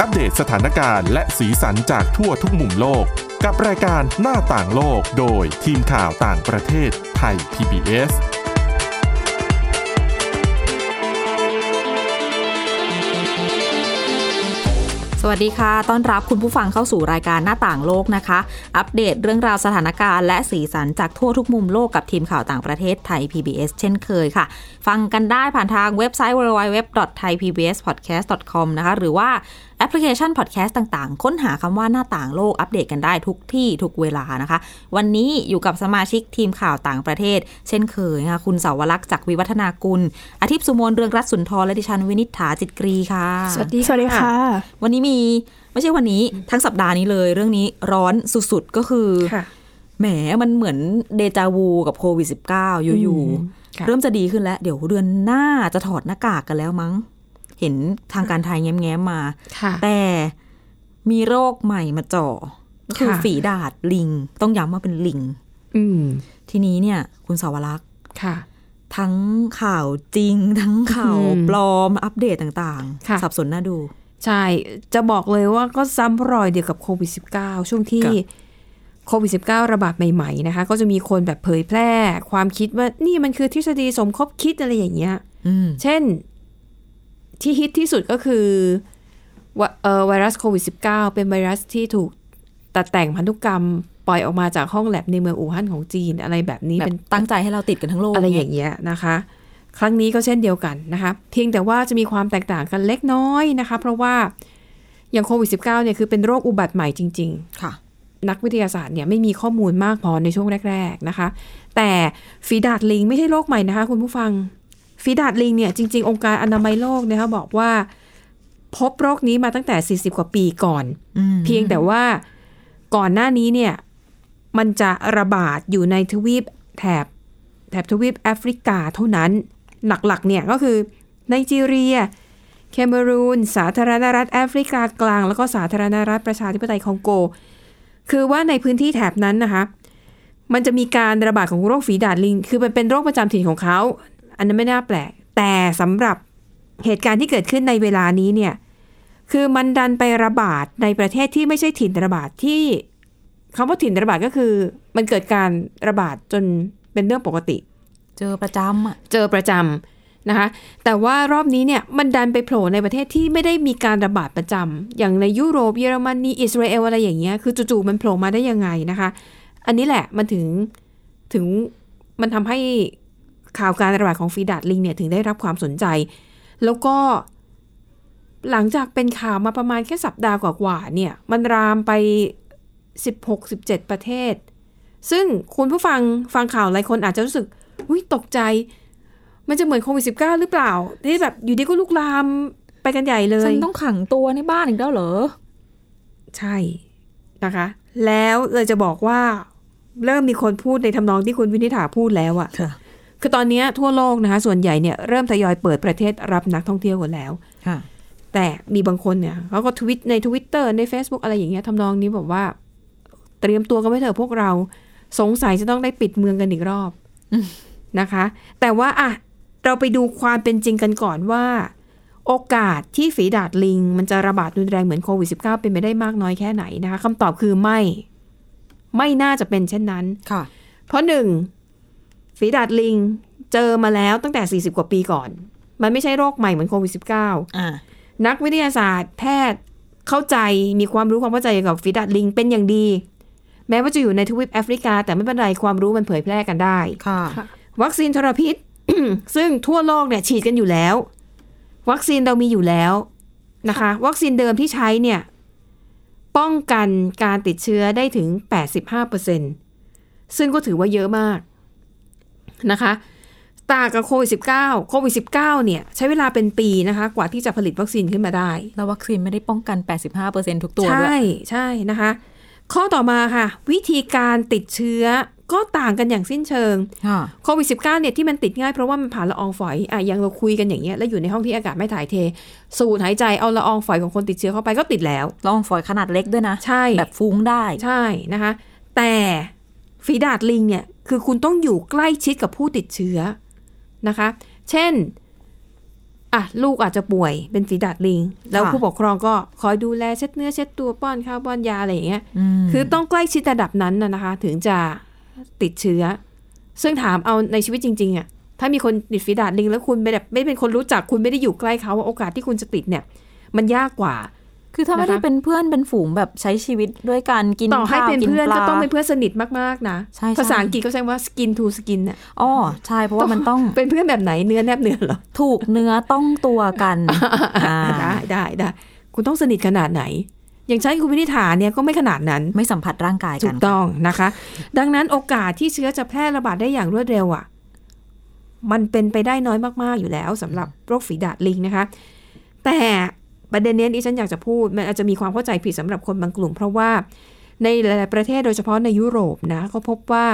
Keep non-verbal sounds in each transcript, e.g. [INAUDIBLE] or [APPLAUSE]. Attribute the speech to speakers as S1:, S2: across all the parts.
S1: อัปเดตสถานการณ์และสีสันจากทั่วทุกมุมโลก กับรายการหน้าต่างโลกโดยทีมข่าวต่างประเทศไทย PBS
S2: สวัสดีค่ะ ต้อนรับคุณผู้ฟังเข้าสู่รายการหน้าต่างโลกนะคะ อัปเดตเรื่องราวสถานการณ์และสีสันจากทั่วทุกมุมโลกกับทีมข่าวต่างประเทศไทย PBS เช่นเคยค่ะ ฟังกันได้ผ่านทางเว็บไซต์ www.thaipbspodcast.com นะคะ หรือว่าแอปพลิเคชันพอดแคสต์ต่างๆ ค้นหาคำว่าหน้าต่างโลกอัปเดตกันได้ทุกที่ทุกเวลานะคะ วันนี้อยู่กับสมาชิกทีมข่าวต่างประเทศ เช่นเคยค่ะ คุณเสาวลักษณ์จากวิวัฒนากุล อาทิตย์สุโมนเรืองรัตน์สุนทรและดิฉันวินิษฐาจิตกรีค่ะ
S3: สวัสดีค่ะ
S2: วันนี้มีไม่ใช่วันนี้ทั้งสัปดาห์นี้เลย เรื่องนี้ร้อนสุดๆ ก็คือ แหมมันเหมือนเดจาวูกับโควิด -19 อยู่
S3: ค่ะ
S2: ๆ เริ่มจะดีขึ้นแล้ว เดี๋ยวเดือนหน้าจะถอดหน้ากากกันแล้วมั้ง เห็นทางการไทยแง้มๆมา
S3: ค่ะ
S2: แต่มีโรคใหม่มาจ่อก็คือ
S3: ค่ะ
S2: ฝีดาดลิง ต้องย้ำว่าเป็นลิง
S3: อืม
S2: ทีนี้เนี่ยคุณสาวรักษ์
S3: ค่ะ
S2: ทั้งข่าวจริง ทั้งข่าว
S3: อืม
S2: ปลอมอัปเดตต่าง
S3: ค่ะ
S2: ๆ สับสนน่าดู
S3: ใช่ จะบอกเลยว่าก็ซ้ำรอยเดียวกับโควิด -19 ช่วงที่
S2: ค่ะ
S3: โควิด -19 ระบาดใหม่ๆนะคะ ก็จะมีคนแบบเผยแพร่ ความคิดว่านี่มันคือทฤษฎีสมคบคิดอะไรอย่างเงี้ย
S2: อืม
S3: เช่นที่ฮิตที่สุดก็คือวะเอ่อไวรัสโควิด -19 เป็นไวรัสที่ถูกตัดแต่งพันธุกรรมปล่อยออกมาจากห้องแลบในเมืองอู่ฮั่นของจีนอะไรแบบนี้
S2: แบ
S3: เป็
S2: บ
S3: น
S2: ตั้งใจให้เราติดกันทั้งโลก
S3: อะไรอย่างเงี้ยนะคะ ครั้งนี้ก็เช่นเดียวกันนะคะ เพียงแต่ว่าจะมีความแตกต่างกันเล็กน้อยนะคะ เพราะว่าอย่างโควิด -19 เนี่ยคือเป็นโรคอุบัติใหม่จริง
S2: ค่ะ
S3: ๆ นักวิทยาศาสตร์เนี่ยไม่มีข้อมูลมากพอในช่วงแรก ๆนะคะ แต่ฝีดาดลิงไม่ใช่โรคใหม่นะคะ คุณผู้ฟังฝีดาดลิงเนี่ยจริง ๆ องค์การอนามัยโลกนะคะบอกว่าพบโรคนี้มาตั้งแต่ 40 กว่าปีก่อน
S2: อืม
S3: เพียงแต่ว่าก่อนหน้านี้เนี่ยมันจะระบาดอยู่ในทวีปแถบแถบทวีปแอฟริกาเท่านั้น หลักๆเนี่ยก็คือไนจีเรีย เคเมรูน สาธารณรัฐแอฟริกากลาง แล้วก็สาธารณรัฐประชาธิปไตยคองโก คือว่าในพื้นที่แถบนั้นนะคะ มันจะมีการระบาดของโรคฝีดาดลิง คือมันเป็นโรคประจำถิ่นของเขา อันนั้นไม่น่าแปลก แต่สำหรับเหตุการณ์ที่เกิดขึ้นในเวลานี้เนี่ย คือมันดันไประบาดในประเทศที่ไม่ใช่ถิ่นระบาดที่คำว่าถิ่นระบาดก็คือ มันเกิดการระบาดจนเป็นเรื่องปกติ
S2: เจอประจำอ่ะ
S3: เจอประจำนะคะ แต่ว่ารอบนี้เนี่ยมันดันไปโผล่ในประเทศที่ไม่ได้มีการระบาดประจำอย่างในยุโรปเยอรมนีอิสราเอลอะไรอย่างเงี้ยคือจู่ๆมันโผล่มาได้ยังไงนะคะ อันนี้แหละมันถึงถึงมันทำให้ข่าวการระบาดของฟีดาดลิงเนี่ยถึงได้รับความสนใจ แล้วก็หลังจากเป็นข่าวมาประมาณแค่สัปดาห์กว่าๆเนี่ยมันรามไป 16-17 ประเทศ ซึ่งคุณผู้ฟังฟังข่าวหลายคนอาจจะรู้สึกอุ้ยตกใจ มันจะเหมือนโควิด1 9หรือเปล่า ที่แบบอยู่ดีก็ลุกลามไปกันใหญ่เลย
S2: ฉันต้องขังตัวในบ้านอีกแล้วเหรอ
S3: ใช่นะคะ แล้วเลยจะบอกว่า เริ่มมีคนพูดในทำนองที่คุณวินิษฐาพูดแล้วอะ
S2: ค่ะ
S3: คือตอนเนี้ยทั่วโลกนะคะส่วนใหญ่เนี่ยเริ่มทยอยเปิดประเทศรับนักท่องเที่ยวกันแล้ว
S2: ค่ะ
S3: แต่มีบางคนเนี่ยเขาก็ทวิตใน Twitter ใน Facebook อะไรอย่างเงี้ยทำนองนี้บอกว่า เตรียมตัวกันไว้เถอะพวกเราสงสัยจะต้องได้ปิดเมืองกันอีกรอบ
S2: อืม
S3: นะคะ แต่ว่าอะเราไปดูความเป็นจริงกันก่อนว่า โอกาสที่ฝีดาดลิง มันจะระบาดรุนแรงเหมือนโควิด -19 เป็นไปได้มากน้อยแค่ไหนนะคะคำตอบคือไม่ ไม่น่าจะเป็นเช่นนั้น
S2: ค่ะ
S3: เพราะหนึ่งฝีดาดลิงเจอมาแล้วตั้งแต่ 40 กว่าปีก่อน มันไม่ใช่โรคใหม่เหมือนโควิด -19
S2: อ่า
S3: นักวิทยาศาสตร์แพทย์เข้าใจมีความรู้ความเข้าใจเกี่ยวกับฟีดัดลิงเป็นอย่างดี แม้ว่าจะอยู่ในทวีปแอฟริกา แต่ไม่เป็นไรความรู้มันเผยแพร่กันได้
S2: ค่ะ
S3: วัคซีนทรพิษ [COUGHS] ซึ่งทั่วโลกเนี่ยฉีดกันอยู่แล้ว วัคซีนเรามีอยู่แล้วนะคะ วัคซีนเดิมที่ใช้เนี่ย ป้องกันการติดเชื้อได้ถึง 85%ซึ่งก็ถือว่าเยอะมากนะคะ ต่างกับโควิด -19 โควิด -19 เนี่ย ใช้เวลาเป็นปีนะคะ กว่าที่จะผลิตวัคซีนขึ้นมาได้
S2: แล้ววัคซีนไม่ได้ป้องกัน 85%ทุกตัวด้วย
S3: ใช่ใช่นะคะ ข้อต่อมาค่ะ วิธีการติดเชื้อก็ต่างกันอย่างสิ้นเชิง
S2: ค่ะ
S3: โควิด -19 เนี่ยที่มันติดง่ายเพราะว่ามันผ่านละอองฝอยอ่ะอย่างเราคุยกันอย่างเงี้ยแล้วอยู่ในห้องที่อากาศไม่ถ่ายเท สูดหายใจเอาละอองฝอยของคนติดเชื้อเข้าไปก็ติดแล้ว
S2: ลองฝอยขนาดเล็กด้วยนะ
S3: ใช่
S2: แบบฟุ้งได้
S3: ใช่นะคะ แต่ฝีดาดลิงเนี่ยคือคุณต้องอยู่ใกล้ชิดกับผู้ติดเชื้อนะคะ เช่น อ่ะลูกอาจจะป่วยเป็นฝีดาดลิง แล้ว
S2: ค่ะ
S3: ผู้ปกครองก็คอยดูแลเช็ดเนื้อเช็ดตัวป้อนข้าวป้อนยาอะไรอย่างเงี้ย
S2: ม
S3: คือต้องใกล้ชิดระดับนั้นนะนะคะ ถึงจะติดเชื้อ ซึ่งถามเอาในชีวิตจริงๆอะถ้ามีคนติดฝีดาดลิง แล้วคุณไม่แบบไม่เป็นคนรู้จักคุณไม่ได้อยู่ใกล้เขาโอกาสที่คุณจะติดเนี่ย มันยากกว่า
S2: คือถ้าไม่ได้
S3: นะคะ
S2: เป็นเพื่อนเป็นฝูงแบบใช้ชีวิตด้วยกันกิน
S3: ต่อให้
S2: ข้าว
S3: เป็น
S2: กิ
S3: เพื่อน
S2: ปลา
S3: ก็ต้องเป็นเพื่อนสนิทมากๆนะ
S2: ใช่
S3: ภาษา
S2: ใช่
S3: อังกฤษก็ใช้ว่า skin to skin น่ะ
S2: อ๋อใช่เพราะว่ามัน
S3: [LAUGHS]
S2: ต้อง
S3: เป็นเพื่อนแบบไหนเนื้อแนบเนื้อเหรอ
S2: ถูกเนื้อต้องตัวกันอ่า
S3: ได้ได้ได้คุณต้องสนิทขนาดไหน อย่างฉันคุณวินิษฐาเนี่ยก็ไม่ขนาดนั้น
S2: ไม่สัมผัสร่างกาย
S3: ถู
S2: กัน
S3: กต้องนะคะ ดังนั้นโอกาสที่เชื้อจะแพร่ระบาดได้อย่างรวดเร็วอ่ะ มันเป็นไปได้น้อยมาก ๆ อยู่แล้วสำหรับโรคฝีดาดลิงนะคะ แต่ประเด็นเนี้ยดิฉันอยากจะพูด มันอาจจะมีความเข้าใจผิดสำหรับคนบางกลุ่ม เพราะว่าในหลาย ๆ ประเทศโดยเฉพาะในยุโรปนะก็พบว่า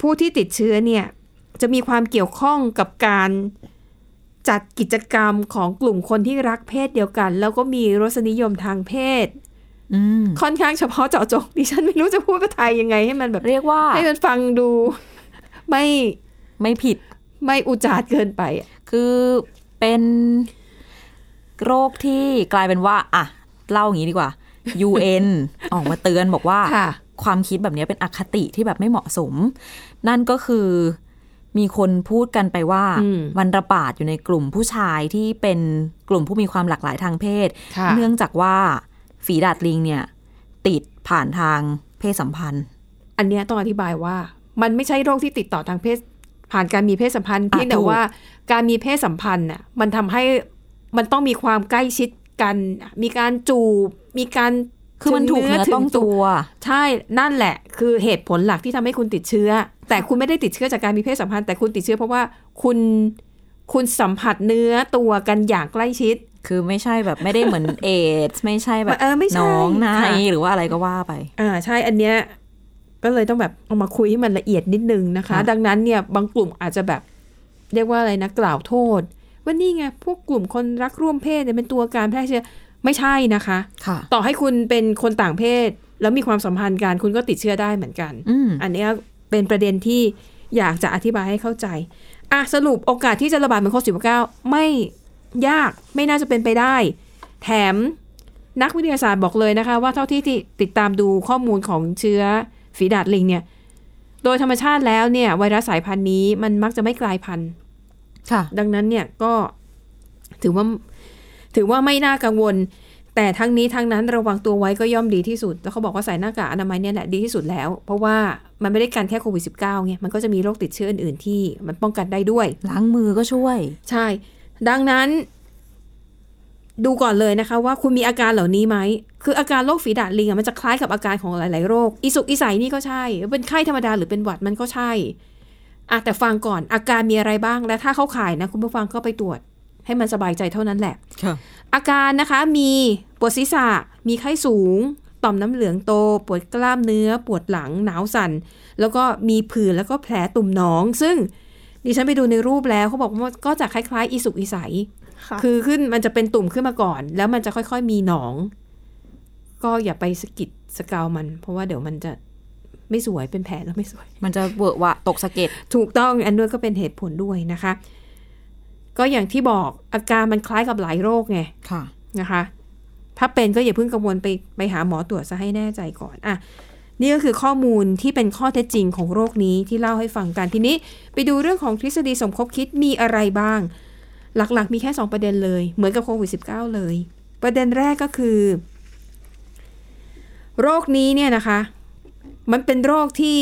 S3: ผู้ที่ติดเชื้อเนี่ย จะมีความเกี่ยวข้องกับการจัดกิจกรรมของกลุ่มคนที่รักเพศเดียวกัน แล้วก็มีรสนิยมทางเพศ
S2: อืม
S3: ค่อนข้างเฉพาะเจาะจงดิฉันไม่รู้จะพูดภาษาไทยยังไงให้มันแบบ
S2: เรียกว่า
S3: ให้มันฟังดู ไม่
S2: ไม่ผิด
S3: ไม่อุจาดเกินไปอะ
S2: คือเป็นโรคที่กลายเป็นว่า อ่ะ เล่าอย่างนี้ดีกว่า UN [LAUGHS] ออกมาเตือนบอกว่า
S3: ค่ะ
S2: ความคิดแบบนี้เป็นอคติที่แบบไม่เหมาะสม นั่นก็คือมีคนพูดกันไปว่า
S3: อืม
S2: มันระบาดอยู่ในกลุ่มผู้ชายที่เป็นกลุ่มผู้มีความหลากหลายทางเพศ
S3: ค่ะ
S2: เนื่องจากว่าฝีดาดลิงเนี่ย ติดผ่านทางเพศสัมพันธ์
S3: อันเนี้ยต้องอธิบายว่า มันไม่ใช่โรคที่ติดต่อทางเพศ ผ่านการมีเพศสัมพันธ์
S2: อ่ะ
S3: เพียงแต่
S2: ถูก
S3: ว่าการมีเพศสัมพันธ์น่ะมันทำให้มันต้องมีความใกล้ชิดกัน มีการจูบมีการ
S2: คือมันถูกเนื้อต้องตัว
S3: ใช่นั่นแหละ คือเหตุผลหลักที่ทำให้คุณติดเชื้อ แต่คุณไม่ได้ติดเชื้อจากการมีเพศสัมพันธ์แต่คุณติดเชื้อเพราะว่าคุณคุณสัมผัสเนื้อตัวกันอย่างใกล้ชิด
S2: คือไม่ใช่แบบไม่ได้เหมือน [LAUGHS] เอดส์ไม่ใช่แบบ
S3: เออไม่ใช่
S2: น้องใน
S3: ค่ะ
S2: หรือว่าอะไรก็ว่าไป
S3: อ่าใช่อันเนี้ยก็เลยต้องแบบเอามาคุยให้มันละเอียดนิดนึงนะคะ
S2: ค่ะ
S3: ดังนั้นเนี่ยบางกลุ่มอาจจะแบบ เรียกว่าอะไรนะกล่าวโทษ ว่านี่ไงพวกกลุ่มคนรักร่วมเพศเนี่ยเป็นตัวการแพร่เชื้อไม่ใช่นะคะ
S2: ค่ะ
S3: ต่อให้คุณเป็นคนต่างเพศ แล้วมีความสัมพันธ์กันคุณก็ติดเชื้อได้เหมือนกัน
S2: อืม
S3: อันเนี้ยเป็นประเด็นที่อยากจะอธิบายให้เข้าใจอ่ะสรุปโอกาสที่จะระบาดเป็นโควิด -19 ไม่ยากไม่น่าจะเป็นไปได้ แถมนักวิทยาศาสตร์บอกเลยนะคะ ว่าเท่าที่ที่ติดตามดูข้อมูลของเชื้อฝีดาดลิงเนี่ย โดยธรรมชาติแล้วเนี่ย ไวรัสสายพันธุ์นี้มันมักจะไม่กลายพันธุ์
S2: ค่ะ
S3: ดังนั้นเนี่ยก็ถือว่าถือว่าไม่น่ากังวล แต่ทั้งนี้ทั้งนั้นระวังตัวไว้ก็ย่อมดีที่สุด แล้วเขาบอกว่าใส่หน้ากากอนามัยเนี่ยแหละดีที่สุดแล้ว เพราะว่ามันไม่ได้กันแค่โควิด -19 ไงมันก็จะมีโรคติดเชื้ออื่น ๆ ที่มันป้องกันได้ด้วย
S2: ล้างมือก็ช่วย
S3: ใช่ ดังนั้น ดูก่อนเลยนะคะว่าคุณมีอาการเหล่านี้ไหม คืออาการโรคฝีดาดลิงอะมันจะคล้ายกับอาการของหลาย ๆ โรค อีสุกอีใสนี่ก็ใช่ เป็นไข้ธรรมดาหรือเป็นหวัดมันก็ใช่อะแต่ฟังก่อนอาการมีอะไรบ้างและถ้าเข้าข่ายนะคุณผู้ฟังก็ไปตรวจ ให้มันสบายใจเท่านั้นแหละ
S2: ค่ะ
S3: อาการนะคะมีปวดศีรษะ มีไข้สูง ต่อมน้ำเหลืองโต ปวดกล้ามเนื้อ ปวดหลังหนาวสั่น แล้วก็มีผื่นแล้วก็แผลตุ่มหนอง ซึ่งดิฉันไปดูในรูปแล้วเขาบอกว่าก็จะคล้ายๆ อีสุกอีใส คือขึ้นมันจะเป็นตุ่มขึ้นมาก่อน แล้วมันจะค่อยๆมีหนอง ก็อย่าไปสะกิดสะเกาวมัน เพราะว่าเดี๋ยวมันจะไม่สวยเป็นแผลแล้วไม่สวย
S2: มันจะเวอะหวะตกสะเก็ด
S3: ถูกต้องอันด้วยก็เป็นเหตุผลด้วยนะคะ ก็อย่างที่บอกอาการมันคล้ายกับหลายโรคไง
S2: ค่ะ
S3: นะคะ ถ้าเป็นก็อย่าเพิ่งกังวลไปไปหาหมอตรวจซะให้แน่ใจก่อนอ่ะนี่ก็คือข้อมูลที่เป็นข้อเท็จจริงของโรคนี้ที่เล่าให้ฟังกันทีนี้ ไปดูเรื่องของทฤษฎีสมคบคิดมีอะไรบ้าง หลักๆ มีแค่ 2 ประเด็นเลย เหมือนกับโควิด -19 เลย ประเด็นแรกก็คือ โรคนี้เนี่ยนะคะ มันเป็นโรคที่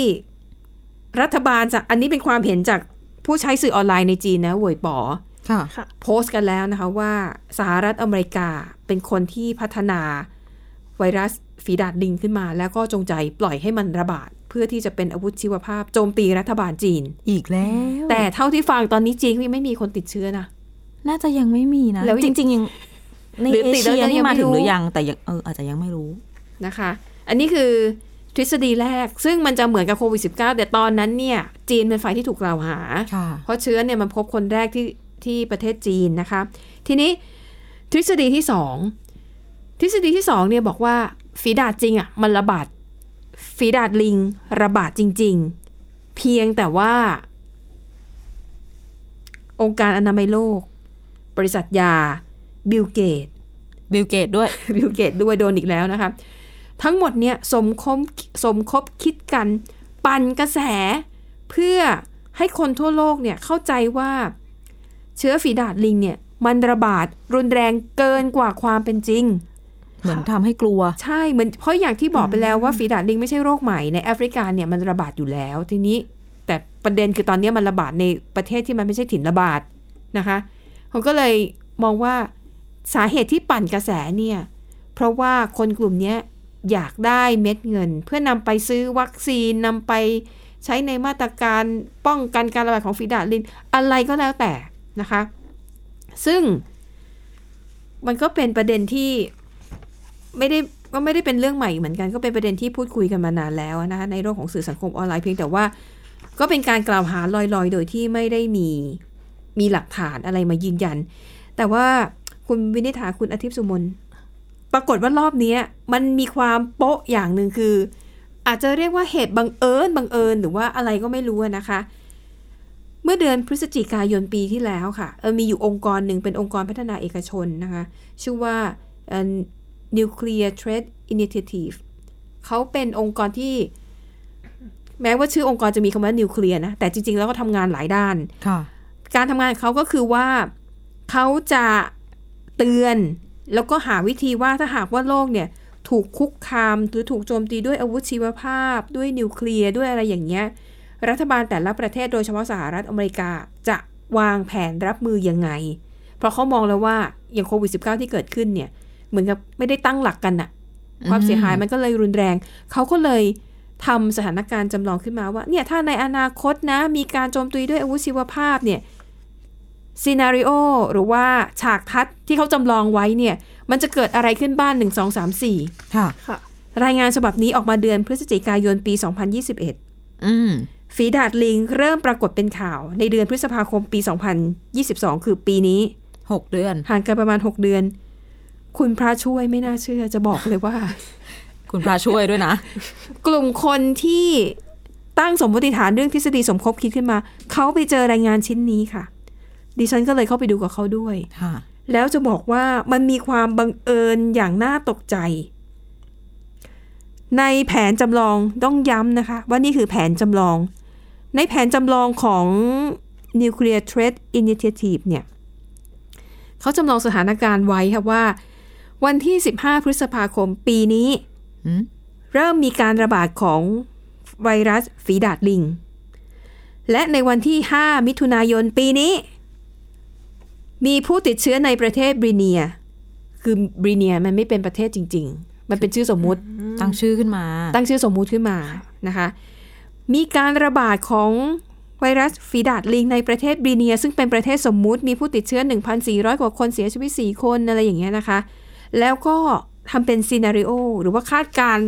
S3: รัฐบาลจะอันนี้เป็นความเห็นจากผู้ใช้สื่อออนไลน์ในจีนนะเหวยป๋อ
S2: ค่ะ
S3: โพสต์กันแล้วนะคะว่าสหรัฐอเมริกาเป็นคนที่พัฒนาไวรัสฝีดาดลิงขึ้นมา แล้วก็จงใจปล่อยให้มันระบาด เพื่อที่จะเป็นอาวุธชีวภาพโจมตีรัฐบาลจีน
S2: อีกแล้ว
S3: แต่เท่าที่ฟังตอนนี้จีนก็ยังไม่มีคนติดเชื้อนะ
S2: น่าจะยังไม่มีนะ
S3: แล้ว
S2: จริง ๆ ยังใน
S3: หรือ
S2: เอ
S3: ติดแล้
S2: เชี
S3: วย
S2: นี่
S3: ยังไม่
S2: มาถึงห
S3: รู้
S2: รือยัง แต่ยังเอออาจจะยังไม่รู้
S3: นะคะ อันนี้คือทฤษฎีแรก ซึ่งมันจะเหมือนกับโควิด -19 แต่ตอนนั้นเนี่ย จีนเป็นฝ่ายที่ถูกกล่าวหา
S2: ค่ะ
S3: เพราะเชื้อเนี่ยมันพบคนแรกที่ที่ประเทศจีนนะคะ ทีนี้ทฤษฎีที่สองทฤษฎีที่สองเนี่ยบอกว่าฝีดาดจริงอะ่ะมันระบาดฝีดาดลิงระบาดจริง ๆ เพียงแต่ว่า องค์การอนามัยโลก บริษัทยาบิลเกต
S2: บิลเกตด้วย
S3: [LAUGHS] บิลเกตด้วยโดนอีกแล้วนะคะ ทั้งหมดเนี่ยสมคบสมคบคิดกัน ปั่นกระแส เพื่อให้คนทั่วโลกเนี่ยเข้าใจว่า เชื้อฝีดาดลิงเนี่ย มันระบาดรุนแรงเกินกว่าความเป็นจริง
S2: เหมือนทำให้กลัว
S3: ใช่เหมือนเพราะอย่างที่บอกไปแล้วว่าฝีดาดลิงไม่ใช่โรคใหม่ในแอฟริกาเนี่ยมันระบาดอยู่แล้วทีนี้ แต่ประเด็นคือตอนเนี้ยมันระบาดในประเทศที่มันไม่ใช่ถิ่นระบาดนะคะเขาก็เลยมองว่าสาเหตุที่ปั่นกระแสเนี่ย เพราะว่าคนกลุ่มเนี้ยอยากได้เม็ดเงิน เพื่อนำไปซื้อวัคซีนนำไปใช้ในมาตรการป้องกันการระบาดของฝีดาดลิงอะไรก็แล้วแต่นะคะ ซึ่งมันก็เป็นประเด็นที่ ไม่ได้ก็ไม่ได้เป็นเรื่องใหม่เหมือนกันก็เป็นประเด็นที่พูดคุยกันมานานแล้วนะคะในโลกของสื่อสังคมออนไลน์เพียงแต่ว่า ก็เป็นการกล่าวหาลอยๆ โดยที่ไม่ได้มีมีหลักฐานอะไรมายืนยัน แต่ว่าคุณวินิษฐาคุณอาทิตย์สุมนปรากฏว่ารอบเนี้ย มันมีความโป๊ะอย่างหนึ่งคือ อาจจะเรียกว่าเหตุบังเอิญบังเอิญหรือว่าอะไรก็ไม่รู้อะนะคะ เมื่อเดือนพฤศจิกายนปีที่แล้วค่ะเออมีอยู่องค์กรหนึ่งเป็นองค์กรพัฒนาเอกชนนะคะ ชื่อว่าเอ่อ Nuclear Trade Initiative เขาเป็นองค์กรที่ แม้ว่าชื่อองค์กรจะมีคำว่านิวเคลียร์นะ แต่จริง ๆ แล้วก็ทำงานหลายด้าน
S2: ค่ะ
S3: การทำงานของเขาก็คือว่าเขาจะเตือนแล้วก็หาวิธีว่าถ้าหากว่าโลกเนี่ย ถูกคุกคามหรือถูกโจมตีด้วยอาวุธชีวภาพ ด้วยนิวเคลียร์ด้วยอะไรอย่างเงี้ย รัฐบาลแต่ละประเทศโดยเฉพาะสหรัฐอเมริกาจะวางแผนรับมือยังไง เพราะเขามองแล้วว่าอย่างโควิด -19 ที่เกิดขึ้นเนี่ย เหมือนกับไม่ได้ตั้งหลักกันน่ะ ความเสียหายมันก็เลยรุนแรง เขาก็เลยทำสถานการณ์จำลองขึ้นมาว่าเนี่ยถ้าในอนาคตนะ มีการโจมตีด้วยอาวุธชีวภาพเนี่ยซีนารีโอหรือว่าฉากทัศน์ที่เขาจำลองไว้เนี่ย มันจะเกิดอะไรขึ้นบ้าน 1 2 3
S2: ค่ะ
S3: 4 รายงานฉบับนี้ออกมาเดือนพฤศจิกายนปี 2021
S2: อืม
S3: ฝีดาดลิงเริ่มปรากฏเป็นข่าว ในเดือนพฤษภาคมปี 2022 คือปีนี้
S2: หกเดือน
S3: ห่างกันประมาณ 6 เดือน คุณพระช่วยไม่น่าเชื่อจะบอกเลยว่า
S2: คุณพระช่วยด้วยนะ
S3: [LAUGHS] กลุ่มคนที่ตั้งสมมติฐานเรื่องทฤษฎีสมคบคิดขึ้นมา เขาไปเจอรายงานชิ้นนี้ค่ะ ดิฉันก็เลยเข้าไปดูกับเขาด้วย
S2: ค่ะ
S3: แล้วจะบอกว่ามันมีความบังเอิญอย่างน่าตกใจ ในแผนจำลองต้องย้ำนะคะ ว่านี่คือแผนจำลอง ในแผนจำลองของ Nuclear Threat Initiative เนี่ยเขาจำลองสถานการณ์ไว้ค่ะว่า วันที่ 15 พฤษภาคมปีนี้
S2: อืม
S3: เริ่มมีการระบาดของไวรัสฝีดาดลิง และในวันที่ 5 มิถุนายนปีนี้ มีผู้ติดเชื้อในประเทศบริเนีย คือบริเนียมันไม่เป็นประเทศจริง ๆ มันเป็นชื่อสมมุติ
S2: ตั้งชื่อขึ้นมา
S3: ตั้งชื่อสมมุติขึ้นมานะคะ มีการระบาดของไวรัสฝีดาดลิงในประเทศบริเนีย ซึ่งเป็นประเทศสมมุติ มีผู้ติดเชื้อ 1,400 กว่าคนเสียชีวิต 4 คนอะไรอย่างเงี้ยนะคะ แล้วก็ทำเป็นซีนารีโอหรือว่าคาดการณ์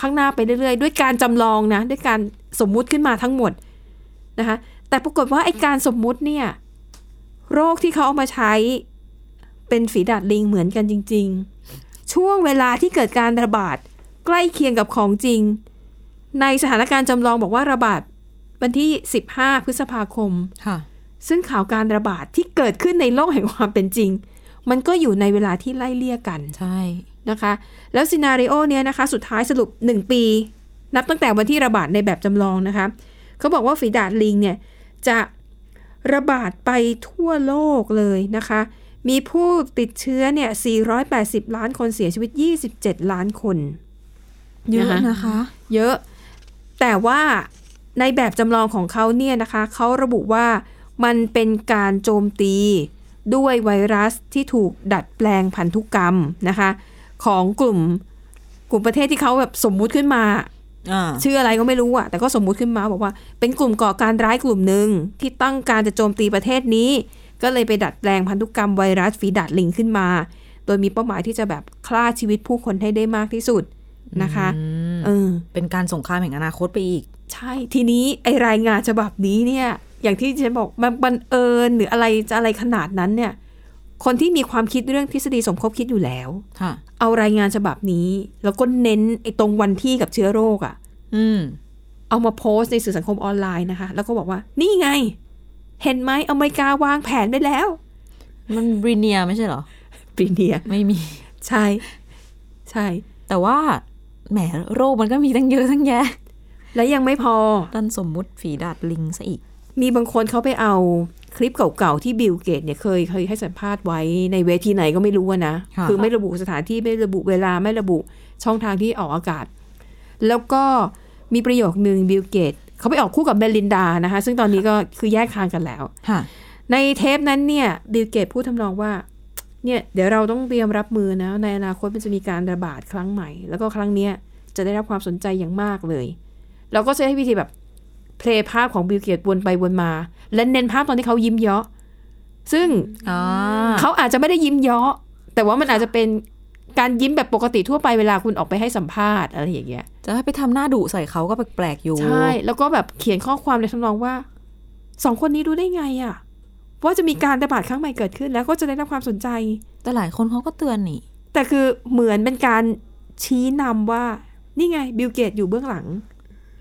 S3: ข้างหน้าไปเรื่อยๆ ด้วยการจำลองนะ ด้วยการสมมุติขึ้นมาทั้งหมดนะคะ แต่ปรากฏว่าไอการสมมุติเนี่ยโรคที่เขาเอามาใช้เป็นฝีดาดลิงเหมือนกันจริง ๆ ช่วงเวลาที่เกิดการระบาด ใกล้เคียงกับของจริง ในสถานการณ์จำลองบอกว่าระบาดวันที่ 15 พฤษภาคม
S2: ค่ะ
S3: ซึ่งข่าวการระบาดที่เกิดขึ้นในโลกแห่งความเป็นจริง มันก็อยู่ในเวลาที่ไล่เลี่ยกัน
S2: ใช่
S3: นะคะ แล้วซีนารีโอเนี้ยนะคะ สุดท้ายสรุป 1 ปี นับตั้งแต่วันที่ระบาดในแบบจำลองนะคะ เขาบอกว่าฝีดาดลิงเนี่ยจะระบาดไปทั่วโลกเลยนะคะ มีผู้ติดเชื้อเนี่ย 480 ล้านคนเสียชีวิต 27 ล้านคน
S2: เยอะ
S3: นะคะ
S2: นะคะ
S3: เยอะ แต่ว่าในแบบจำลองของเขาเนี่ยนะคะ เขาระบุว่ามันเป็นการโจมตีด้วยไวรัสที่ถูกดัดแปลงพันธุกรรมนะคะ ของกลุ่มกลุ่มประเทศที่เขาแบบสมมุติขึ้นมา
S2: อ่า
S3: ชื่ออะไรก็ไม่รู้อะแต่ก็สมมุติขึ้นมาบอกว่า เป็นกลุ่มก่อการร้ายกลุ่มหนึ่งที่ตั้งการจะโจมตีประเทศนี้ ก็เลยไปดัดแปลงพันธุกรรมไวรัสฝีดาดลิงขึ้นมา โดยมีเป้าหมายที่จะแบบฆ่าชีวิตผู้คนให้ได้มากที่สุดนะคะเออ
S2: เป็นการสงครามแห่งอนาคตไปอีก
S3: ใช่ ทีนี้ไอรายงานฉบับนี้เนี่ย อย่างที่ดิฉันบอกมันบังเอิญหรืออะไรจะอะไรขนาดนั้นเนี่ย คนที่มีความคิดเรื่องทฤษฎีสมคบคิดอยู่แล้ว
S2: ค่ะ
S3: เอารายงานฉบับนี้ แล้วก็เน้นไอตรงวันที่กับเชื้อโรคอะ่ะ
S2: อืม
S3: เอามาโพสต์ในสื่อสังคมออนไลน์นะคะ แล้วก็บอกว่า นี่ไง เห็นไหมอเมริกาวางแผนไปแล้ว
S2: มันบริเนียไม่ใช่เหรอ
S3: ปีเนีย
S2: ไม่มี
S3: ใช่ ใช่
S2: แต่ว่าแหมโรคมันก็มีตั้งเยอะตั้งแยะ
S3: และยังไม่พอ
S2: ดันสมมุติฝีดาดลิงซะอีก
S3: มีบางคนเขาไปเอาคลิปเก่าๆ ที่บิลเกตเนี่ยเคยเคยให้สัมภาษณ์ไว้ในเวทีไหนก็ไม่รู้อะนะ
S2: ค่ะ
S3: อไม่ระบุสถานที่ไม่ระบุเวลาไม่ระบุช่องทางที่ออกอากาศ แล้วก็มีประโยคนึงบิลเกตเขาไปออกคู่กับเบลลินดานะคะ ซึ่งตอนนี้ก็คือแยกทางกันแล้ว
S2: ค่ะ
S3: ในเทปนั้นเนี่ยบิลเกตพูดทำนองว่าเนี่ยเดี๋ยวเราต้องเตรียมรับมือนะ ในอนาคตมันจะมีการระบาดครั้งใหม่ แล้วก็ครั้งเนี้ยจะได้รับความสนใจอย่างมากเลยเราก็จะให้วิธีแบบเพลย์ภาพของบิลเกตวนไปวนมา และเน้นภาพตอนที่เขายิ้มเยาะซึ่ง
S2: อ๋อ
S3: เขาอาจจะไม่ได้ยิ้มเยาะแต่ว่ามันอาจจะเป็นการยิ้มแบบปกติทั่วไปเวลาคุณออกไปให้สัมภาษณ์อะไรอย่างเงี้ย
S2: จะให้ไปทำหน้าดุใส่เขาก็แปลกๆอยู่
S3: ใช่ แล้วก็แบบเขียนข้อความในทำนองว่าสองคนนี้รู้ได้ไงอะว่าจะมีการระบาดครั้งใหม่เกิดขึ้น แล้วก็จะได้รับความสนใจ
S2: แต่หลายคนเขาก็เตือนนี่
S3: แต่คือเหมือนเป็นการชี้นำว่า นี่ไงบิลเกตอยู่เบื้องหลัง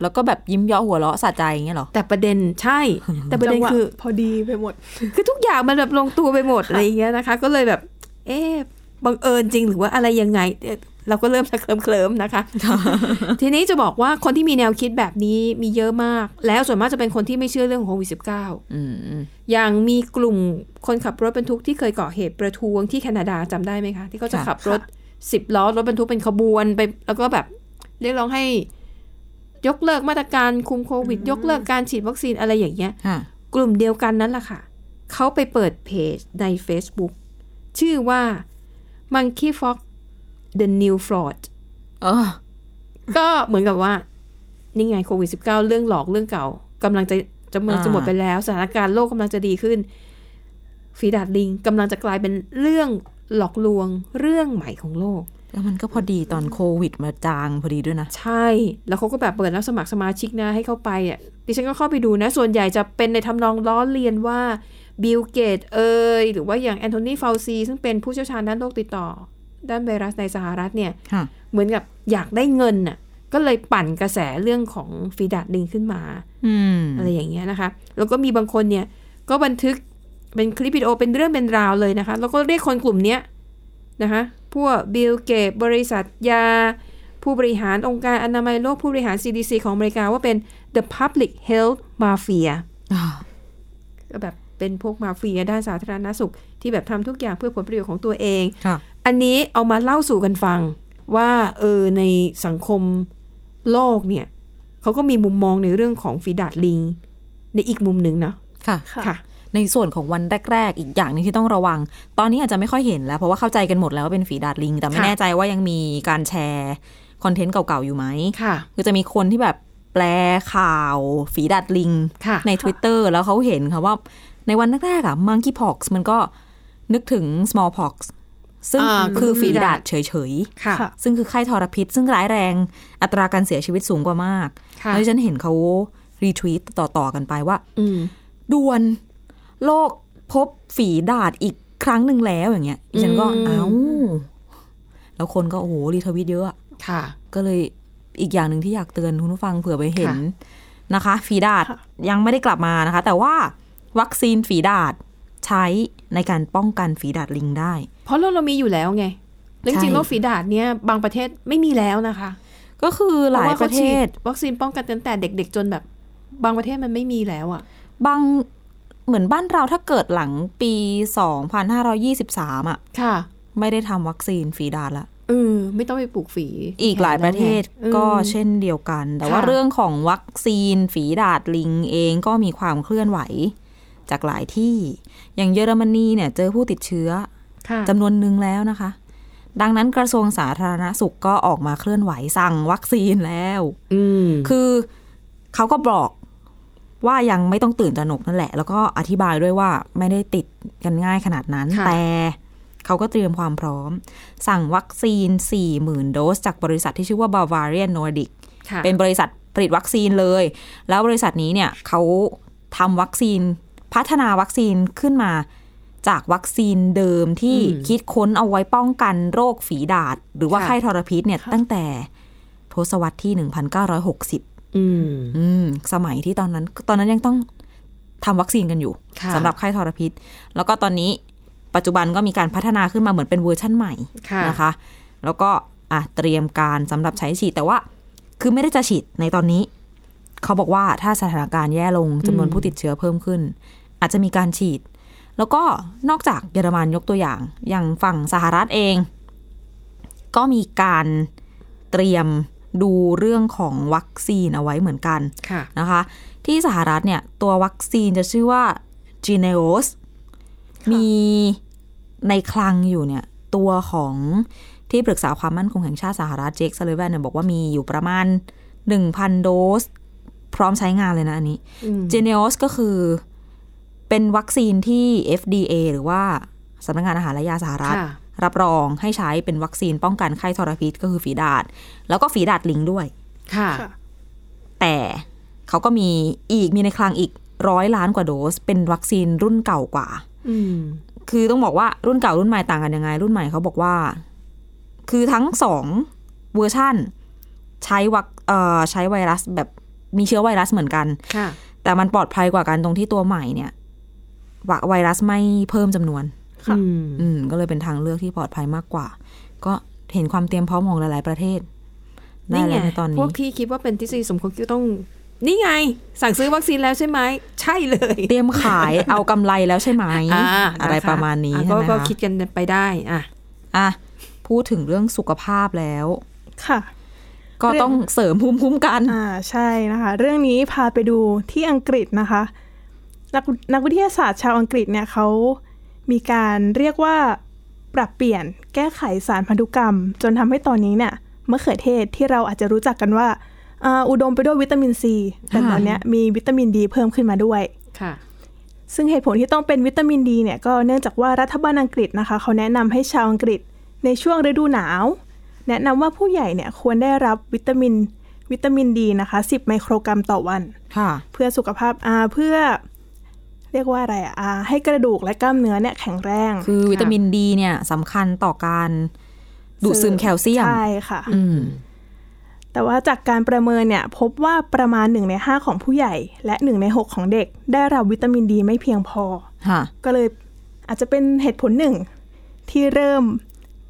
S2: แล้วก็แบบยิ้มเยาะหัวเราะสะใจอย่างเงี้ยเหรอ
S3: แต่ประเด็นใช่
S4: [LAUGHS]
S3: แต่ประเด็น
S4: จังหว
S3: คือ
S4: พอดีไปหมด
S3: คือทุกอย่างมันแบบลงตัวไปหมดอะไรอย่างเงี้ยนะคะ ก็เลยแบบ เอ๊ะบังเอิญจริงหรือว่าอะไรยังไงเอ่อเราก็เริ่มจะเคลิมๆ
S4: [LAUGHS]
S3: นะคะ ทีนี้จะบอกว่าคนที่มีแนวคิดแบบนี้มีเยอะมาก แล้วส่วนมากจะเป็นคนที่ไม่เชื่อเรื่องของโควิดสิบเก้า
S2: อืมอืม
S3: อย่างมีกลุ่มคนขับรถบรรทุกที่เคยก่อเหตุประท้วงที่แคนาดาจำได้ไหมคะ ที่เขาจะ
S2: ค่ะ
S3: ขับรถสิบล้อรถบรรทุกเป็นขบวนไป แล้วก็แบบเรียกร้องให้ยกเลิกมาตรการคุมโควิด ยกเลิกการฉีดวัคซีนอะไรอย่างเงี้ย
S2: ค่ะ
S3: กลุ่มเดียวกันนั่นแหละค่ะ เขาไปเปิดเพจใน Facebook ชื่อว่า Monkey Fox The New Fraud
S2: เออ
S3: ก็เหมือนกับว่า นี่ไงโควิด -19 เรื่องหลอกเรื่องเก่ากำลังจะจะเมือง
S2: อ่า
S3: จะหมดไปแล้ว สถานการณ์โลกกำลังจะดีขึ้น ฝีดาดลิงกำลังจะกลายเป็นเรื่องหลอกลวงเรื่องใหม่ของโลก
S2: แล้วมันก็พอดีตอนโควิดมาจางพอดีด้วยนะ
S3: ใช่ แล้วเขาก็แบบเปิดรับสมัครสมาชิกนะ ให้เข้าไปอ่ะดิฉันก็เข้าไปดูนะ ส่วนใหญ่จะเป็นในทำนองล้อเลียนว่าบิลเกตเอยหรือว่าอย่างแอนโทนีฟาวซีซึ่งเป็นผู้เชี่ยวชาญด้านโรคติดต่อ ด้านไวรัสในสหรัฐเนี่ย
S2: ค่ะ
S3: เหมือนกับอยากได้เงินน่ะก็เลยปั่นกระแสเรื่องของฟีดัดลิงขึ้นมา
S2: อืม
S3: อะไรอย่างเงี้ยนะคะ แล้วก็มีบางคนเนี่ย ก็บันทึกเป็นคลิปวิดีโอเป็นเรื่องเป็นราวเลยนะคะ แล้วก็เรียกคนกลุ่มเนี้ยนะคะ พวกบิลเกตบริษัทยา ผู้บริหารองค์การอนามัยโลกผู้บริหาร CDC ของอเมริกาว่าเป็น the public health mafia
S2: อ่า
S3: ก็แบบเป็นพวกมาเฟียด้านสาธารณสุข ที่แบบทำทุกอย่างเพื่อผลประโยชน์ของตัวเอง
S2: ค่ะ
S3: อันนี้เอามาเล่าสู่กันฟังว่าเออในสังคมโลกเนี่ยเขาก็มีมุมมองในเรื่องของฝีดาดลิง ในอีกมุมหนึ่งเนาะ
S2: ค่ะ
S3: ค่ะ
S2: ในส่วนของวันแรก ๆ อีกอย่างหนึงที่ต้องระวัง ตอนนี้อาจจะไม่ค่อยเห็นแล้ว เพราะว่าเข้าใจกันหมดแล้วว่าเป็นฝีดาดลิง แต่ไม่
S3: ค่ะ
S2: แน่ใจว่ายังมีการแชร์คอนเทนต์เก่าๆ อยู่ไหม
S3: ค่ะ
S2: คือจะมีคนที่แบบแปลข่าวฝีดาดลิง
S3: ค่ะ
S2: ใน Twitter แล้วเขาเห็นค่ะว่าในวันแรกๆอะ monkeypox มันก็นึกถึง smallpox ซึ่ง
S3: อ่า
S2: คือ
S3: ก็คือ
S2: ฝีดาดเฉย
S3: ค่ะ
S4: ค่ะ
S2: ๆ ซึ่งคือไข้ทรพิษ ซึ่งร้ายแรงอัตราการเสียชีวิตสูงกว่ามาก
S3: ค่ะ
S2: แล้วดิฉันเห็นเขารีทวีตต่อ ๆ กันไปว่า
S3: อืม
S2: ด่วนโลกพบฝีดาดอีกครั้งหนึ่งแล้วอย่างเงี้ยดิฉันก็
S3: อืม
S2: เอ้าแล้วคนก็โอ้โหรีทวิตเยอะอะ
S3: ค่ะ
S2: ก็เลยอีกอย่างหนึ่งที่อยากเตือนคุณผู้ฟังเผื่อไปเห็น
S3: ค่ะ
S2: นะคะฝีดาด
S4: ค่ะ
S2: ยังไม่ได้กลับมานะคะ แต่ว่าวัคซีนฝีดาดใช้ในการป้องกันฝีดาดลิงได้
S3: เพราะเราเรามีอยู่แล้วไงแล้วจ
S2: ใช่
S3: ริงๆโรคฝีดาดเนี่ยบางประเทศไม่มีแล้วนะคะ
S2: ก็คือหลายประเทศ
S3: พาว่าขาฉีดวัคซีนป้องกันตั้งแต่เด็กๆจนแบบ บางประเทศมันไม่มีแล้วอ่ะ
S2: บางเหมือนบ้านเราถ้าเกิดหลังปี 2523อ่ะ
S3: ค่ะ
S2: ไม่ได้ทำวัคซีนฝีดาดละ
S3: เออไม่ต้องไปปลูกฝี
S2: อีกหลายประเทศ
S3: อืม
S2: ก็เช่นเดียวกัน แต่
S3: ค่ะ
S2: ว่าเรื่องของวัคซีนฝีดาดลิงเองก็มีความเคลื่อนไหว จากหลายที่ อย่างเยอรมนีเนี่ยเจอผู้ติดเชื้อ
S3: ค่ะ
S2: จำนวนหนึ่งแล้วนะคะ ดังนั้นกระทรวงสาธารณสุขก็ออกมาเคลื่อนไหวสั่งวัคซีนแล้ว
S3: อืม
S2: คือเขาก็บอกว่ายังไม่ต้องตื่นตระหนกนั่นแหละ แล้วก็อธิบายด้วยว่าไม่ได้ติดกันง่ายขนาดนั้น
S3: ค่ะ
S2: แต่เขาก็เตรียมความพร้อม สั่งวัคซีน 40,000 โดส จากบริษัทที่ชื่อว่า Bavarian Nordic
S3: ค่ะ
S2: เป็นบริษัทผลิตวัคซีนเลย แล้วบริษัทนี้เนี่ยเขาทำวัคซีนพัฒนาวัคซีนขึ้นมาจากวัคซีนเดิมที่
S3: อืม
S2: คิดค้นเอาไว้ป้องกันโรคฝีดาษ หรือว่า
S3: ค่ะ
S2: ไข้ทรพิษเนี่ย
S4: ค่ะ
S2: ตั้งแต่ทศวรรษที่ 1960
S3: อืม
S2: อืมสมัยที่ตอนนั้นตอนนั้นยังต้องทำวัคซีนกันอยู่
S3: ค่ะ
S2: สำหรับไข้ทรพิษ แล้วก็ตอนนี้ ปัจจุบันก็มีการพัฒนาขึ้นมาเหมือนเป็นเวอร์ชั่นใหม่
S3: ค่ะ
S2: นะคะ แล้วก็อ่ะเตรียมการสำหรับใช้ฉีด แต่ว่า คือไม่ได้จะฉีดในตอนนี้ เขาบอกว่าถ้าสถานการณ์แย่ลงจำนวนผู้ติดเชื้อเพิ่มขึ้น อาจจะมีการฉีด แล้วก็นอกจากเยอรมันยกตัวอย่าง อย่างฝั่งสหรัฐเอง ก็มีการเตรียมดูเรื่องของวัคซีนเอาไว้เหมือนกัน
S3: ค่ะ
S2: นะคะที่สหรัฐเนี่ยตัววัคซีนจะชื่อว่า g e n e o s มีในคลังอยู่เนี่ยตัวของที่ปรึกษาความมั่นคงแห่งชาติสหรัฐเจคซาเลแวนเนี่ยบอกว่ามีอยู่ประมาณ 1,000 โดส พร้อมใช้งานเลยนะอันนี้
S3: อืม
S2: g e n e o s ก็คือเป็นวัคซีนที่ FDA หรือว่าสำนักงานอาหารและยาสหรัฐ
S3: ค่ะ
S2: รับรองให้ใช้เป็นวัคซีนป้องกันไข้ทรพิษก็คือฝีดาษ แล้วก็ฝีดาษลิงด้วย
S3: ค่ะ
S2: แต่เขาก็มีอีกมีในคลังอีกร้อยล้านกว่าโดส เป็นวัคซีนรุ่นเก่ากว่า
S3: อืม
S2: คือต้องบอกว่ารุ่นเก่ารุ่นใหม่ต่างกันยังไง รุ่นใหม่เขาบอกว่า คือทั้งสองเวอร์ชั่น ใช้วัคเอ่อใช้ไวรัสแบบมีเชื้อไวรัสเหมือนกัน
S3: ค่ะ
S2: แต่มันปลอดภัยกว่ากันตรงที่ตัวใหม่เนี่ยวัไวรัสไม่เพิ่มจำนวน
S4: ค่ะ
S3: อืม
S2: อืมก็เลยเป็นทางเลือกที่ปลอดภัยมากกว่า ก็เห็นความเตรียมพร้อมของหลาย ๆ ประเทศได้
S3: นี่ไง
S2: แล้วในตอน
S3: พ
S2: นี้
S3: วกที่คิดว่าเป็นทฤษฎีสมคบคิดต้อง นี่ไง สั่งซื้อวัคซีนแล้วใช่ไหม ใช่เลย
S2: เตรียมขาย [LAUGHS] เอากำไรแล้วใช่ไหม
S3: อ่า
S2: อะไร
S3: นค
S2: ประมาณนี้
S3: อ่
S2: ใช่
S3: ก็
S2: ไหม
S3: ก็
S2: คะ
S3: คิดกันไปได้อ่ะ
S2: อ่ะพูดถึงเรื่องสุขภาพแล้ว
S4: ค่ะ
S2: ก็ต้องเสริมภูมิคุ้มกัน
S4: อ่าใช่นะคะ เรื่องนี้พาไปดูที่อังกฤษนะคะ นักนักวิทยาศาสตร์ชาวอังกฤษเนี่ยเขามีการเรียกว่าปรับเปลี่ยนแก้ไขสารพันธุกรรม จนทำให้ตอนนี้เนี่ยมะเขือเทศที่เราอาจจะรู้จักกันว่าอ่าอุดมไปด้วยวิตามินซีแต่ตอนเนี้ยมีวิตามินดีเพิ่มขึ้นมาด้วย
S3: ค่ะ
S4: ซึ่งเหตุผลที่ต้องเป็นวิตามินดีเนี่ยก็เนื่องจากว่ารัฐบาลอังกฤษนะคะเขาแนะนำให้ชาวอังกฤษในช่วงฤดูหนาว แนะนำว่าผู้ใหญ่เนี่ยควรได้รับวิตามินวิตามินดีนะคะ 10 ไมโครกรัมต่อวัน
S2: ค่ะ
S4: เพื่อสุขภาพอ่าเพื่อ เรียกว่าอะไรอ่ะอ่าให้กระดูกและกล้ามเนื้อเนี่ยแข็งแรง
S2: คือวิตามินดีเนี่ยสำคัญต่อการดูดซึมแคลเซียม
S4: ใช่ค่ะ
S2: อืม
S4: แต่ว่าจากการประเมินเนี่ยพบว่าประมาณ 1 ใน 5 ของผู้ใหญ่ และ 1 ใน 6 ของเด็ก ได้รับวิตามินดีไม่เพียงพอ
S2: ค่ะ
S4: ก็เลยอาจจะเป็นเหตุผลหนึ่งที่เริ่ม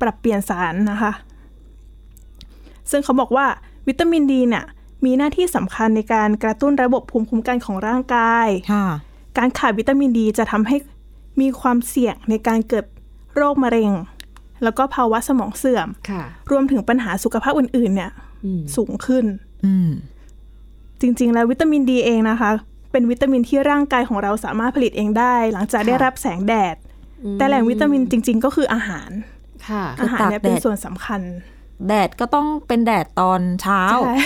S4: ปรับเปลี่ยนสารนะคะ ซึ่งเขาบอกว่าวิตามินดีเนี่ยมีหน้าที่สำคัญในการกระตุ้นระบบภูมิคุ้มกันของร่างกาย
S2: ค่ะ
S4: การขาดวิตามินดีจะทำให้มีความเสี่ยงในการเกิดโรคมะเร็ง แล้วก็ภาวะสมองเสื่อม
S3: ค่ะ
S4: รวมถึงปัญหาสุขภาพอื่นๆเนี่ย
S3: อืม
S4: สูงขึ้น
S2: อืม
S4: จริงๆ แล้ววิตามินดีเองนะคะ เป็นวิตามินที่ร่างกายของเราสามารถผลิตเองได้ หลังจากได้รับแสงแดด แต่แหล่งวิตามินจริง ๆ ก็คืออาหาร
S3: ค่ะ
S2: คือ
S4: อาหารเนี่ยเป็น
S2: ตากแดด
S4: ส่วนสำคัญ
S2: แดดก็ต้องเป็นแดดตอนเช้า
S4: ใช่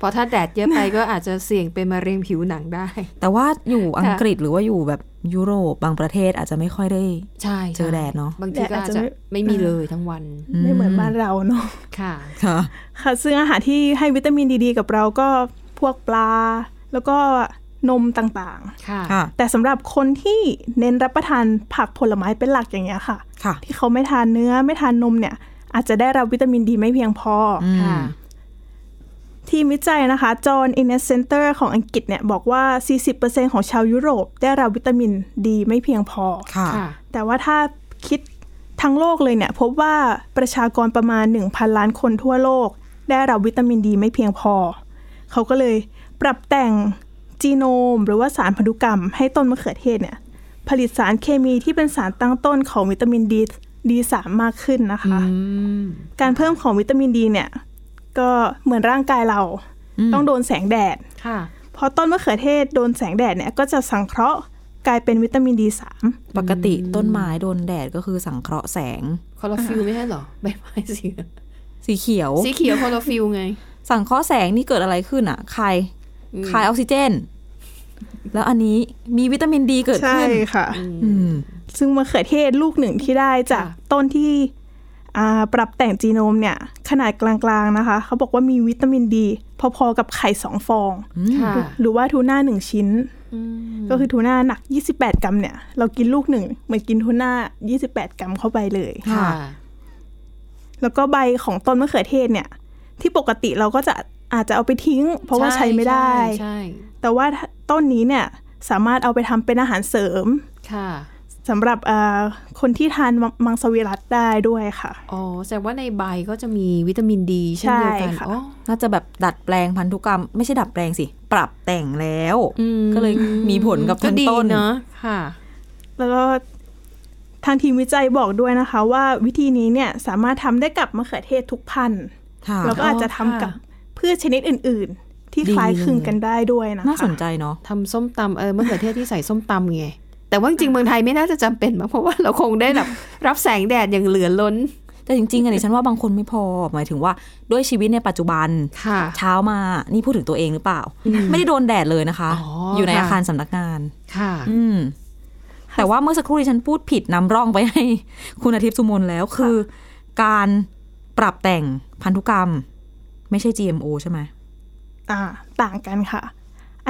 S3: พอถ้าแดดเยอะไปก็อาจจะเสี่ยงเป็นมะเร็งผิวหนังได้
S2: แต่ว่าอยู่อังกฤษหรือว่าอยู่แบบยุโรปบางประเทศอาจจะไม่ค่อยได้
S3: ใช่
S2: เจอแดดเนอะ
S3: บางทีก็
S4: แดดอา
S3: อาจ
S4: จจะ
S3: จะ
S4: ไม่
S3: ไม่มีเลยทั้งวัน
S4: ไม่เหมือนบ้านเราเนาะ
S3: ค่ะ
S2: ค่ะ
S4: ค่ะ ซึ่งอาหารที่ให้วิตามินดีๆ กับเราก็พวกปลา แล้วก็นมต่าง
S3: ค่ะ
S2: ค่ะ
S4: ๆ แต่สำหรับคนที่เน้นรับประทานผักผลไม้เป็นหลักอย่างเงี้ยค่ะ
S2: ค่ะ
S4: ที่เขาไม่ทานเนื้อไม่ทานนมเนี่ย อาจจะได้รับวิตามินดีไม่เพียงพออ
S2: อืม
S3: ค่ะ
S4: ทีมวิจัยนะคะ จอห์นอินเนสเซนเตอร์ของอังกฤษเนี่ยบอกว่า 40%ของชาวยุโรปได้รับวิตามินดีไม่เพียงพอ
S2: ค่ะ
S3: ค่ะ
S4: แต่ว่าถ้าคิดทั้งโลกเลยเนี่ย พบว่าประชากรประมาณ 1,000 ล้านคนทั่วโลก ได้รับวิตามินดีไม่เพียงพอ เขาก็เลยปรับแต่งจีโนม หรือว่าสารพันธุกรรมให้ต้นมะเขือเทศเนี่ย ผลิตสารเคมีที่เป็นสารตั้งต้นของวิตามินดีดีสามมากขึ้นนะคะ
S3: อืม
S4: การเพิ่มของวิตามินดีเนี่ย ก็เหมือนร่างกายเราต้องโดนแสงแดด
S3: ค่ะ
S4: เพราะต้นมะเขือเทศโดนแสงแดดเนี่ยก็จะสังเคราะห์กลายเป็นวิตามินดีสาม
S2: ปกติต้นไม้โดนแดดก็คือสังเคราะห์แสง
S3: คลอโรฟิลไม่ใช่เหรอ [LAUGHS] ใบไม้สีเหลือง
S2: สีเขียว
S3: สีเขียวคลอโรฟิลไง
S2: สังเคราะห์แสงนี่เกิดอะไรขึ้นอ่ะคายคายออกซิเจน แล้วอันนี้มีวิตามินดีเกิด
S4: ใช่
S2: ขึ้น
S4: ค่ะ
S2: อืม
S4: ซึ่งมะเขือเทศลูกหนึ่งที่ได้จาก
S3: ค่ะ
S4: ต้นที่อ่าปรับแต่งจีโนมเนี่ย ขนาดกลางๆนะคะ เขาบอกว่ามีวิตามินดี พอๆกับไข่สองฟอง
S3: ค่ะ
S4: หรือว่าทูน่าหนึ่งชิ้น ก็คือทูน่าหนัก 28 กรัมเนี่ย เรากินลูกหนึ่งเหมือนกินทูน่า 28 กรัมเข้าไปเลย
S2: ค่ะ
S3: ค่ะ
S4: แล้วก็ใบของต้นมะเขือเทศเนี่ย ที่ปกติเราก็จะอาจจะเอาไปทิ้ง เพราะว่าใช้ไม่ได้
S3: ใช่
S4: แต่ว่าต้นนี้เนี่ยสามารถเอาไปทำเป็นอาหารเสริม
S3: ค่ะ
S4: สำหรับเอ่อคนที่ทานมังมังสวิรัตได้ด้วยค่ะ
S3: อ๋อแสดงว่าในใบก็จะมีวิตามินดีเช่นเดียวกัน
S4: ใช่ค่ะ
S3: อ๋อ
S2: น่าจะแบบดัดแปลงพันธุกรรม ไม่ใช่ดัดแปลงสิ ปรับแต่งแล้ว
S3: อืม
S2: ก็เลยมีผลกับ
S3: ก็
S2: ทั้ง
S3: ดี
S2: ต้น
S3: เนาะค่ะ
S4: แล้วก็ทางทีมวิจัยบอกด้วยนะคะ ว่าวิธีนี้เนี่ยสามารถทำได้กับมะเขือเทศทุกพันธุ์
S2: ค่ะ
S4: แล้วก็อาจจะทำกับพืชชนิดอื่น ๆ ที่คล้ายคลึงกันได้ด้วยนะคะ
S2: น่าสนใจเนาะ
S3: ทำส้มตำเออมะเขือเทศที่ใส่ส้มตำไง แต่ว่าจริงๆเมืองไทยไม่น่าจะจำเป็นมากเพราะว่าเราคงได้แบบ รับแสงแดดอย่างเหลือล้น
S2: แต่จริงๆอันนี้ฉันว่าบางคนไม่พอ หมายถึงว่าด้วยชีวิตในปัจจุบัน
S3: ค่ะ
S2: เช้ามา นี่พูดถึงตัวเองหรือเปล่า ไม่ได้โดนแดดเลยนะคะ
S3: อ๋อ
S2: อยู่ใน
S3: ค่ะ
S2: อาคารสำนักงาน
S3: ค่ะ
S2: อืม แต่ว่าเมื่อสักครู่ที่ฉันพูดผิดนำร่องไปให้ คุณอาทิตย์สุมนแล้วคือ การปรับแต่งพันธุกรรม ไม่ใช่ GMO ใช่ไหม
S4: อ่าต่างกันค่ะ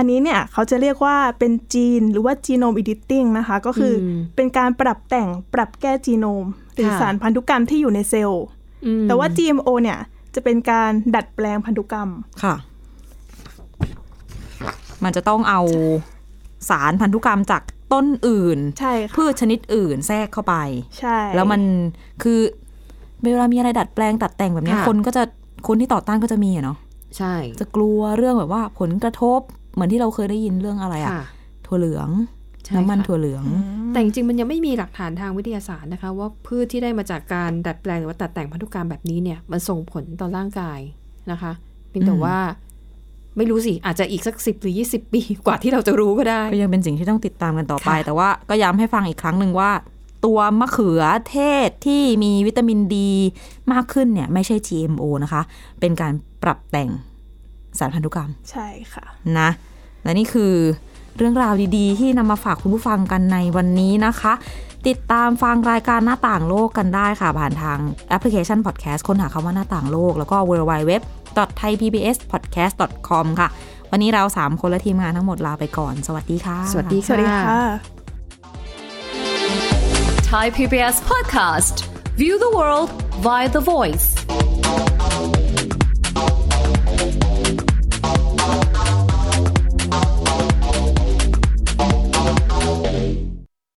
S4: อันนี้เนี่ยเขาจะเรียกว่าเป็นจีนหรือว่าจีโนมอิดิติ้งนะคะ ก็คืออ
S3: ม
S4: เป็นการปรับแต่งปรับแก้จีโนม หรือ
S3: ค่ะ
S4: สารพันธุกรรมที่อยู่ในเซลล์
S3: อืม
S4: แต่ว่า GMO เนี่ยจะเป็นการดัดแปลงพันธุกรรม
S2: ค่ะ มันจะต้องเอาสารพันธุกรรมจากต้นอื่น
S4: ใช่ค่ะ
S2: พืชชนิดอื่นแทรกเข้าไป
S4: ใช่
S2: แล้วมันคือเวลามีอะไรดัดแปลงตัดแต่งแบบเนี้ย
S3: ค่ะ
S2: คนก็จะคนที่ต่อต้านก็จะมีอะเนาะ
S3: ใช่
S2: จะกลัวเรื่องแบบว่าผลกระทบเหมือนที่เราเคยได้ยินเรื่องอะไรอะ
S3: ค่ะ
S2: ถั่วเหลือง
S3: ใช่
S2: น้ำมัน
S3: ค่ะ
S2: ถั่วเหลือง
S3: แต่จริงๆมันยังไม่มีหลักฐานทางวิทยาศาสตร์นะคะ ว่าพืชที่ได้มาจากการดัดแปลงหรือว่าตัดแต่งพันธุกรรมแบบนี้เนี่ยมันส่งผลต่อร่างกายนะคะเพียงแต่
S2: อืม
S3: ว่า ไม่รู้สิอาจจะอีกสักสิบหรือยี่สิบปี [LAUGHS] กว่าที่เราจะรู้ก็ได้
S2: ก็ยังเป็นสิ่งที่ต้องติดตามกันต่อไป
S3: ค่ะ
S2: แต่ว่าก็ย้ำให้ฟังอีกครั้งหนึ่งว่า ตัวมะเขือเทศที่มีวิตามินดีมากขึ้นเนี่ย ไม่ใช่ GMO นะคะ เป็นการปรับแต่งสารพันธุกรรม
S4: ใช่ค่ะ
S2: นะ และนี่คือเรื่องราวดีๆ ที่นำมาฝากคุณผู้ฟังกันในวันนี้นะคะ ติดตามฟังรายการหน้าต่างโลกกันได้ค่ะ ผ่านทางแอปพลิเคชัน Podcast ค้นหาคำว่าหน้าต่างโลก แล้วก็ www.thaipbspodcast.com ค่ะ วันนี้เราสามคนและทีมงานทั้งหมดลาไปก่อน สวัสดีค่ะ
S3: สวัสดี
S4: สวัสดี
S3: ค่ะ
S4: ค่ะ
S5: Thai PBS podcast. View the world via the voice.